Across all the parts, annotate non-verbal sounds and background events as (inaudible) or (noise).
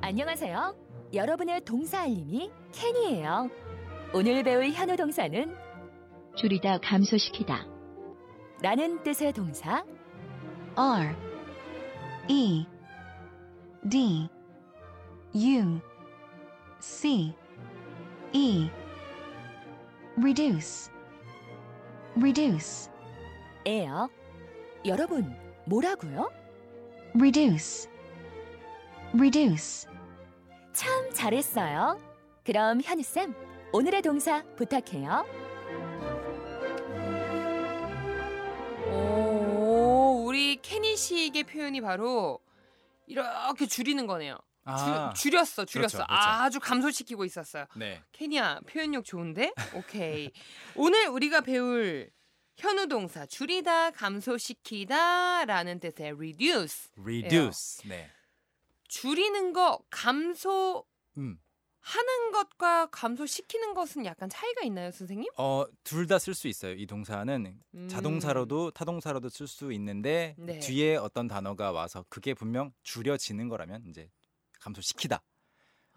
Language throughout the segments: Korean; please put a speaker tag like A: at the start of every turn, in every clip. A: 안녕하세요. 여러분의 동사 알림이 캔이에요. 오늘 배울 현우 동사는
B: 줄이다 감소시키다
A: 라는 뜻의 동사
B: R E D U C E reduce reduce
A: 예요. 여러분, 뭐라고요?
B: reduce reduce
A: 참 잘했어요. 그럼 현우쌤, 오늘의 동사 부탁해요.
C: 오, 우리 케니식의 표현이 바로 이렇게 줄이는 거네요.
D: 아,
C: 줄, 줄였어, 줄였어.
D: 그렇죠, 그렇죠.
C: 아주 감소시키고 있었어요.
D: 네.
C: 케니야, 표현력 좋은데? 오케이. 오늘 우리가 배울 현우 동사 줄이다, 감소시키다라는 뜻의 reduce.
D: reduce. 네.
C: 줄이는 거, 감소
D: 음.
C: 하는 것과 감소시키는 것은 약간 차이가 있나요, 선생님?
D: 어, 둘 다 쓸 수 있어요. 이 동사는
C: 음.
D: 자동사로도 타동사로도 쓸 수 있는데
C: 네.
D: 뒤에 어떤 단어가 와서 그게 분명 줄여지는 거라면 이제 감소시키다.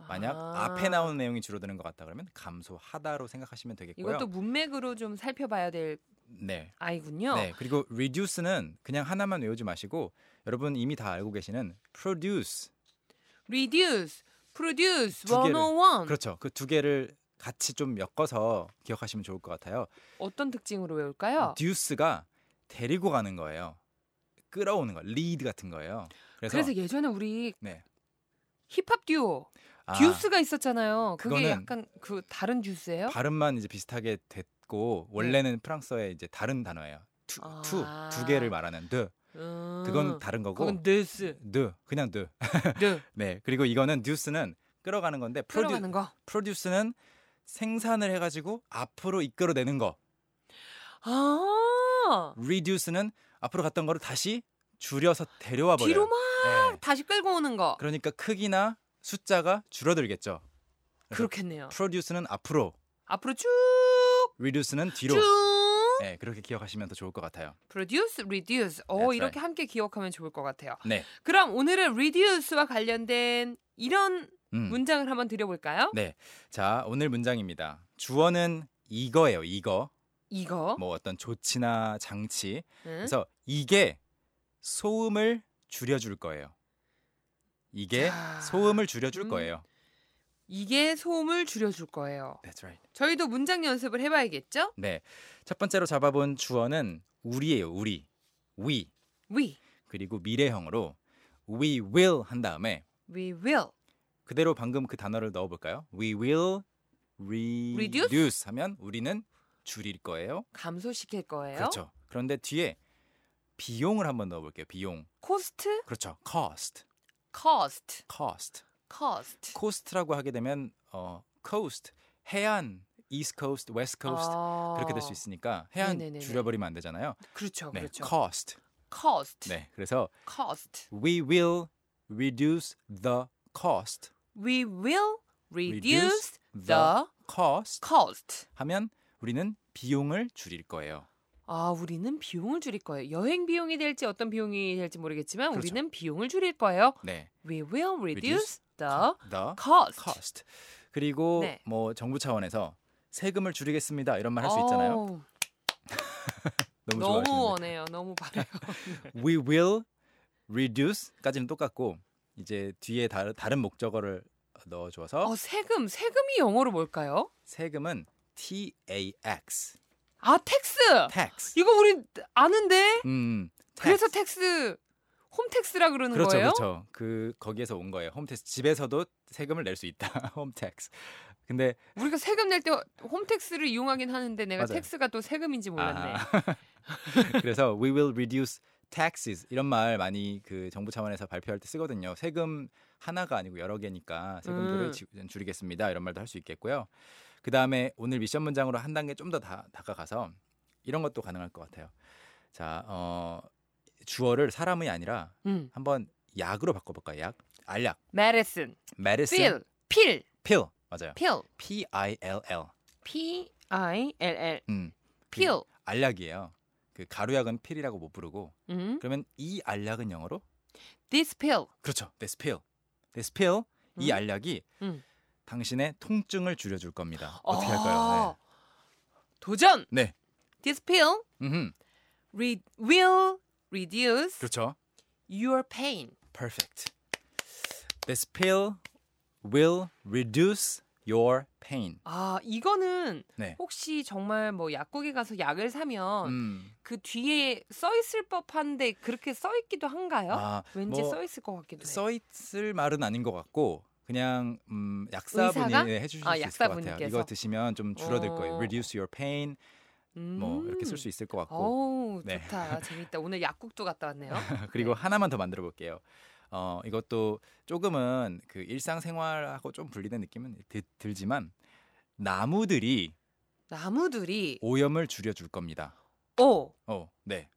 D: 만약
C: 아.
D: 앞에 나오는 내용이 줄어드는 것 같다 그러면 감소하다로 생각하시면 되겠고요.
C: 이것도 문맥으로 좀 살펴봐야 될
D: 네.
C: 아이군요.
D: 네. 그리고 reduce는 그냥 하나만 외우지 마시고 여러분 이미 다 알고 계시는 produce.
C: reduce, produce,
D: 두 개를.
C: 101.
D: 그렇죠. 그 두 개를 같이 좀 엮어서 기억하시면 좋을 것 같아요.
C: 어떤 특징으로 외울까요?
D: 듀스가 데리고 가는 거예요. 끌어오는 거, 리드 같은 거예요. 그래서,
C: 그래서 예전에 우리
D: 네.
C: 힙합 듀오
D: 아,
C: 듀스가 있었잖아요. 그게
D: 그거는
C: 약간 그 다른 듀스예요?
D: 발음만 이제 비슷하게 됐고 원래는 프랑스어의 이제 다른 단어예요. 투,
C: 네. 아.
D: 투, 두 개를 말하는 드.
C: 음,
D: 그건 다른 거고.
C: 그건 뉴스.
D: 드, 그냥 드. (laughs)
C: 네.
D: 네. 그리고 이거는 듀스는 끌어가는 건데 프로듀,
C: 풀어가는 거.
D: 프로듀스는 생산을 해가지고 앞으로 이끌어내는 거.
C: 아
D: 리듀스는 앞으로 갔던 거를 다시 줄여서 데려와 버려요.
C: 뒤로 막
D: 네.
C: 다시 끌고 오는 거.
D: 그러니까 크기나 숫자가 줄어들겠죠.
C: 그렇겠네요
D: 프로듀스는 앞으로,
C: 앞으로 쭉,
D: 리듀스는 뒤로.
C: 쭉.
D: 네, 그렇게 기억하시면 더 좋을 것 같아요.
C: produce, reduce.
D: That's
C: 어
D: right.
C: 이렇게 함께 기억하면 좋을 것 같아요.
D: 네.
C: 그럼 오늘은 reduce와 관련된 이런
D: 음.
C: 문장을 한번 드려볼까요?
D: 네. 자, 오늘 문장입니다. 주어는 이거예요. 이거.
C: 이거.
D: 뭐 어떤 조치나 장치.
C: 응?
D: 그래서 이게 소음을 줄여 줄 거예요. 이게
C: 자,
D: 소음을 줄여 줄
C: 음.
D: 거예요.
C: 이게 소음을 줄여줄 거예요.
D: That's right.
C: 저희도 문장 연습을 해봐야겠죠?
D: 네. 첫 번째로 잡아본 주어는 우리예요. 우리. we.
C: We,
D: 그리고 미래형으로 we will 한 다음에
C: we will.
D: 그대로 방금 그 단어를 넣어 볼까요? we will
C: Reduce?
D: reduce 하면 우리는 줄일 거예요.
C: 감소시킬 거예요.
D: 그렇죠. 그런데 뒤에 비용을 한번 넣어볼게요. 비용.
C: Cost,
D: 그렇죠. cost,
C: cost,
D: cost.
C: cost.
D: cost라고 하게 되면 어 coast 해안 east coast, west coast
C: 아,
D: 그렇게 될 수 있으니까 해안
C: 네네네네.
D: 줄여버리면 안 되잖아요.
C: 그렇죠,
D: 네,
C: 그렇죠.
D: cost.
C: cost,
D: 네, 그래서
C: cost.
D: we will reduce the cost.
C: We will reduce
D: Reduce
C: the
D: cost
C: cost.
D: 하면 우리는 비용을 줄일 거예요.
C: 아, 우리는 비용을 줄일 거예요. 여행 비용이 될지 어떤 비용이 될지 모르겠지만
D: 그렇죠.
C: 우리는 비용을 줄일 거예요.
D: 네,
C: We will reduce,
D: Reduce
C: the
D: the
C: cost.
D: cost. 그리고
C: 네.
D: 뭐 정부 차원에서 세금을 줄이겠습니다 이런 말 할 수 있잖아요.
C: 어우,
D: 너무
C: 너무,
D: 좋아하시는데.
C: 원해요. 너무 바래요.
D: We will reduce까지는 똑같고 이제 뒤에 다, 다른 목적어를 넣어줘서
C: 어, 세금, 세금이 영어로 뭘까요?
D: 세금은 tax,
C: 아, 텍스.
D: tax.
C: 이거 우리 아는데.
D: 음, tax.
C: 그래서 텍스 홈텍스라 그러는
D: 그렇죠,
C: 거예요?
D: 그렇죠. 그 거기에서 온 거예요. 홈택스 집에서도 세금을 낼 수 있다. (laughs) 홈택스. 근데
C: 우리가 세금 낼 때 홈텍스를 이용하긴 하는데 내가
D: 맞아요.
C: 텍스가 또 세금인지
D: (laughs)
C: 몰랐네.
D: 아. 그래서 we will reduce taxes 이런 말 많이 그 정부 차원에서 발표할 때 쓰거든요. 세금 하나가 아니고 여러 개니까 세금들을
C: 음.
D: 지- 줄이겠습니다. 이런 말도 할 수 있겠고요. 그 다음에 오늘 미션 문장으로 한 단계 좀 더 다가가서 이런 것도 가능할 것 같아요. 자, 어, 주어를 사람이 아니라
C: 음.
D: 한번 약으로 바꿔볼까요? 약, 알약,
C: 메레슨,
D: medicine,
C: 필, 필,
D: pill 맞아요.
C: 필.
D: P I L L.
C: P I L L.
D: 음, 그
C: 필.
D: 알약이에요. 그 가루약은 필이라고 못 부르고
C: 음.
D: 그러면 이 알약은 영어로
C: This pill.
D: 그렇죠. This pill. This pill 이
C: 음.
D: 알약이
C: 음. 아.
D: 당신의 통증을 줄여줄 겁니다. 어떻게 할까요?
C: 네. 도전.
D: 네.
C: This pill
D: 네. 음흠.
C: re- will reduce
D: 그렇죠.
C: your pain.
D: Perfect. This pill will reduce your pain.
C: 아 이거는
D: 네.
C: 혹시 정말 뭐 약국에 가서 약을 사면
D: 음.
C: 그 뒤에 써 있을 법한데 그렇게 써 있기도 한가요? 네.
D: 아,
C: 왠지
D: 뭐
C: 써 있을 것 같기도 해요.
D: 써 있을 말은 아닌 것 같고 그냥 음, 약사분이
C: 의사가?
D: 네, 해주실
C: 아,
D: 수 있을 것 같아요.
C: 약사분께서.
D: 이거 드시면 좀 줄어들 거예요.
C: 어.
D: Reduce your pain 뭐 이렇게 쓸 수 있을 것 같고
C: 음. 어우
D: 네.
C: 좋다
D: (laughs)
C: 재밌다 오늘 약국도 갔다 왔네요.
D: 그리고 하나만 더 만들어 볼게요. 어, 이것도 조금은 그 일상생활하고 좀 분리된 느낌은 드- 들지만 나무들이
C: 나무들이
D: 오염을 줄여줄 겁니다.
C: 오
D: 어, 네.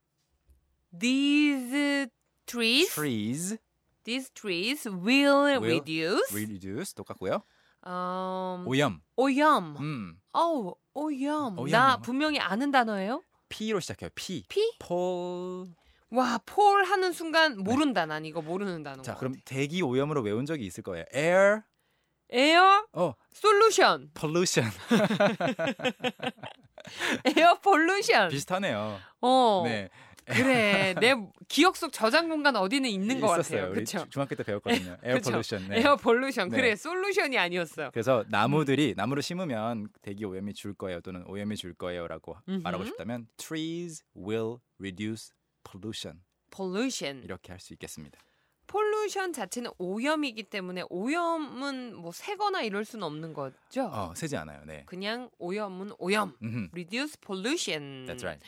C: these trees
D: Trees
C: these trees will,
D: Will
C: reduce
D: reduce 똑같고요.
C: um,
D: 오염.
C: 오염
D: 음.
C: 어우 오염.
D: 오염.
C: 나 분명히 아는 단어예요.
D: P로 시작해요. P.
C: 피?
D: 폴.
C: 와 폴 하는 순간 모른다 난 이거 모르는 단어.
D: 네. 자, 그럼 대기 오염으로 외운 적이 있을 거예요. Air.
C: 에어
D: 어,
C: 솔루션 (laughs)
D: pollution.
C: 에어 폴루션.
D: 비슷하네요.
C: 어
D: 네. (laughs)
C: 그래 내 기억 속 저장 공간 어디는 있는 것
D: 있었어요.
C: 같아요.
D: 우리
C: 그렇죠.
D: 주- 중학교 때 배웠거든요. Air
C: 그쵸.
D: pollution. 네.
C: 에어 볼루션
D: 네.
C: 그래 솔루션이 아니었어.
D: 그래서 나무들이 나무를 심으면 대기 오염이 줄 거예요 또는 오염이 줄 거예요라고
C: 음흠.
D: 말하고 싶다면 trees will reduce pollution
C: 볼루션.
D: 이렇게 할 수 있겠습니다.
C: 폴루션 자체는 오염이기 때문에 오염은 뭐 새거나 이럴 수는 없는 거죠.
D: 어, 세지 않아요. 네.
C: 그냥 오염은 오염.
D: 음흠.
C: Reduce pollution.
D: That's right.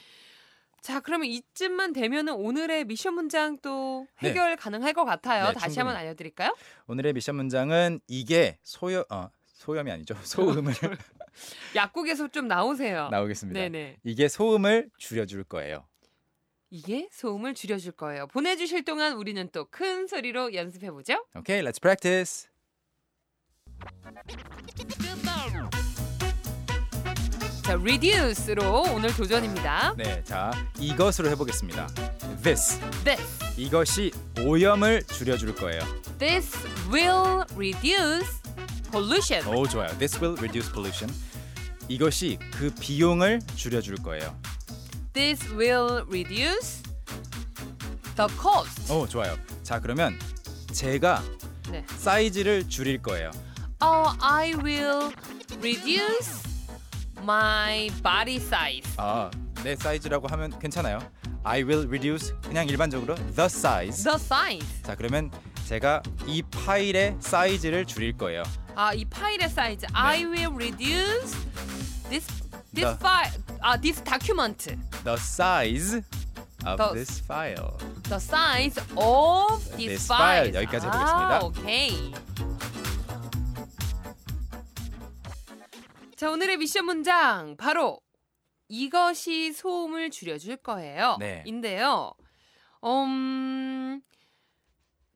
C: 자, 그러면 이쯤만 되면은 오늘의 미션 문장 또
D: 네.
C: 해결 가능할 것 같아요.
D: 네,
C: 다시
D: 충분히.
C: 한번 알려드릴까요?
D: 오늘의 미션 문장은 이게 소염 어, 소염이 아니죠. (laughs)
C: (laughs)
D: 소음을
C: 약국에서 좀 나오세요.
D: 나오겠습니다.
C: 아, 네네.
D: 이게 소음을 줄여줄 거예요.
C: 이게 소음을 줄여줄 거예요. 보내주실 동안 우리는 또 큰 소리로 연습해보죠.
D: 오케이, let's practice.
C: 자, reduce로 오늘 도전입니다.
D: 네, 자 이것으로 해보겠습니다. This
C: This,
D: 이것이 오염을 줄여줄 거예요.
C: this will reduce pollution.
D: 오 좋아요. This will reduce pollution. 이것이 그 비용을 줄여줄 거예요.
C: This will reduce the cost.
D: 오 좋아요. 자 그러면 제가
C: 네.
D: 사이즈를 줄일 거예요.
C: Or I will reduce my body size.
D: 아내 사이즈라고 하면 괜찮아요. I will reduce 그냥 일반적으로 the size.
C: The size.
D: 자 그러면 제가 이 파일의 사이즈를 줄일 거예요.
C: 아, 이 파일의 사이즈. I will reduce this this
D: The-
C: file. 아, this document.
D: The size of
C: The-
D: this file.
C: The size of this,
D: This
C: file.
D: file. 네, 여기까지
C: 아,
D: 해보겠습니다.
C: 오케이. 자, 오늘의 미션 문장 바로 이것이 소음을 줄여줄 거예요.
D: 네.
C: 인데요. 음,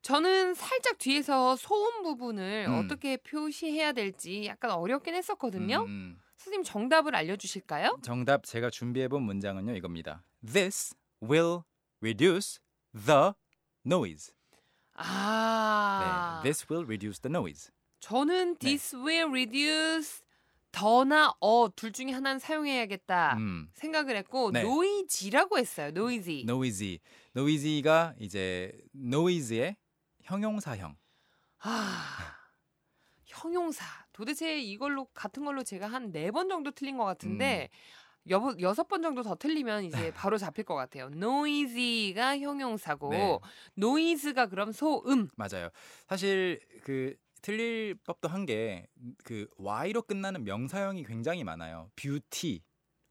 C: 저는 살짝 뒤에서 소음 부분을
D: 음.
C: 어떻게 표시해야 될지 약간 어렵긴 했었거든요.
D: 음,
C: 선생님 정답을 알려주실까요?
D: 정답 제가 준비해본 문장은요 이겁니다. This will reduce the noise.
C: 아,
D: 네, this will reduce the noise.
C: 저는
D: 네.
C: this will reduce 더나 어 둘 중에 하나는 사용해야겠다
D: 음,
C: 생각을 했고
D: 네.
C: noisy라고 했어요. noisy.
D: noisy. noisy가 이제 noise의 형용사형.
C: 아, 형용사. 도대체 이걸로 같은 걸로 제가 한 네 번 정도 틀린 것 같은데
D: 음.
C: 여보, 여섯 번 정도 더 틀리면
D: (laughs)
C: 이제 바로 잡힐 것 같아요. noisy가 형용사고
D: 네.
C: noise가 그럼 소음.
D: 맞아요. 사실 그 틀릴 법도 한 게 그 y로 끝나는 명사형이 굉장히 많아요. beauty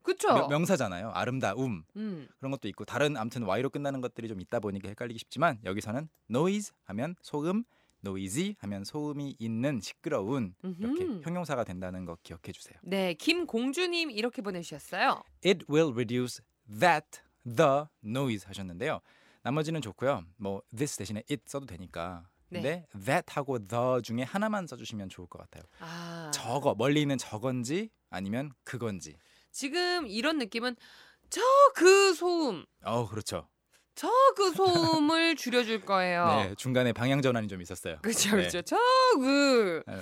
C: 그쵸?
D: 명- 명사잖아요. 아름다움
C: 음.
D: 그런 것도 있고 다른 아무튼 y로 끝나는 것들이 좀 있다 보니까 헷갈리기 쉽지만 여기서는 noise 하면 소음, noisy 하면 소음이 있는 시끄러운 이렇게
C: 음흠.
D: 형용사가 된다는 거 기억해 주세요.
C: 네, 김공주님 이렇게 보내주셨어요.
D: It will reduce that the noise 하셨는데요. 나머지는 좋고요. 뭐 this 대신에 it 써도 되니까.
C: 네.
D: 근데 that 하고 the 중에 하나만 써주시면 좋을 것 같아요.
C: 아.
D: 저거 멀리 있는 저건지 아니면 그건지.
C: 지금 이런 느낌은 저 그 소음
D: 어 그렇죠.
C: 저그
D: (laughs)
C: 소음을 줄여줄 거예요.
D: 네, 중간에 방향 전환이 좀 있었어요.
C: 어. 그렇죠,
D: 네.
C: 그렇죠. 저그
D: 네.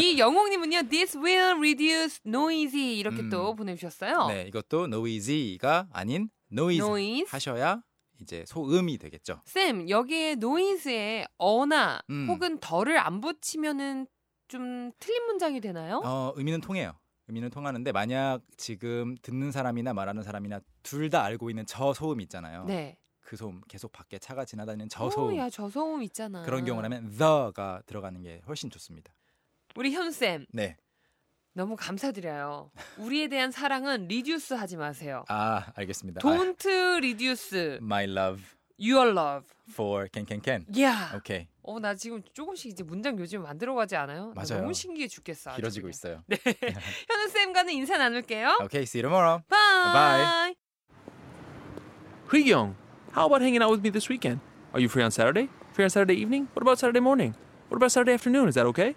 C: 이 영웅님은요, this will reduce noisy 이렇게
D: 음.
C: 또 보내주셨어요.
D: 네, 이것도 noisy가 아닌 noise
C: noise.
D: 하셔야 이제 소음이 되겠죠.
C: 쌤 여기에 noise에 어나
D: 음.
C: 혹은 덜을 안 붙이면은 좀 틀린 문장이 되나요?
D: 어, 의미는 통해요. 의미는 통하는데 만약 지금 듣는 사람이나 말하는 사람이나 둘 다 알고 있는 저 소음 있잖아요.
C: 네.
D: 그 소음 계속 밖에 차가 지나다니는 저
C: 오,
D: 소음
C: 야, 저소음 있잖아.
D: 그런 경우라면 the가 들어가는 게 훨씬 좋습니다.
C: 우리 현쌤
D: 네.
C: 너무 감사드려요. 우리에 대한 사랑은 리듀스 하지 마세요.
D: 아, 알겠습니다. 아,
C: Don't reduce
D: my love
C: your love.
D: for can can can.
C: 야.
D: 오케이.
C: 어, 나 지금 조금씩 이제 문장 요즘 만들어 가지 않아요? 나
D: 맞아요.
C: 너무 신기해 죽겠어. 아주
D: 길어지고 아,
C: 그냥.
D: 있어요.
C: 현우 쌤과는 인사 나눌게요.
D: 오케이, see you tomorrow.
C: 바이.
D: 바이.
E: Young, how about hanging out with me this weekend? Are you free on Saturday? Free on Saturday evening? What about Saturday morning? What about Saturday afternoon? Is that okay?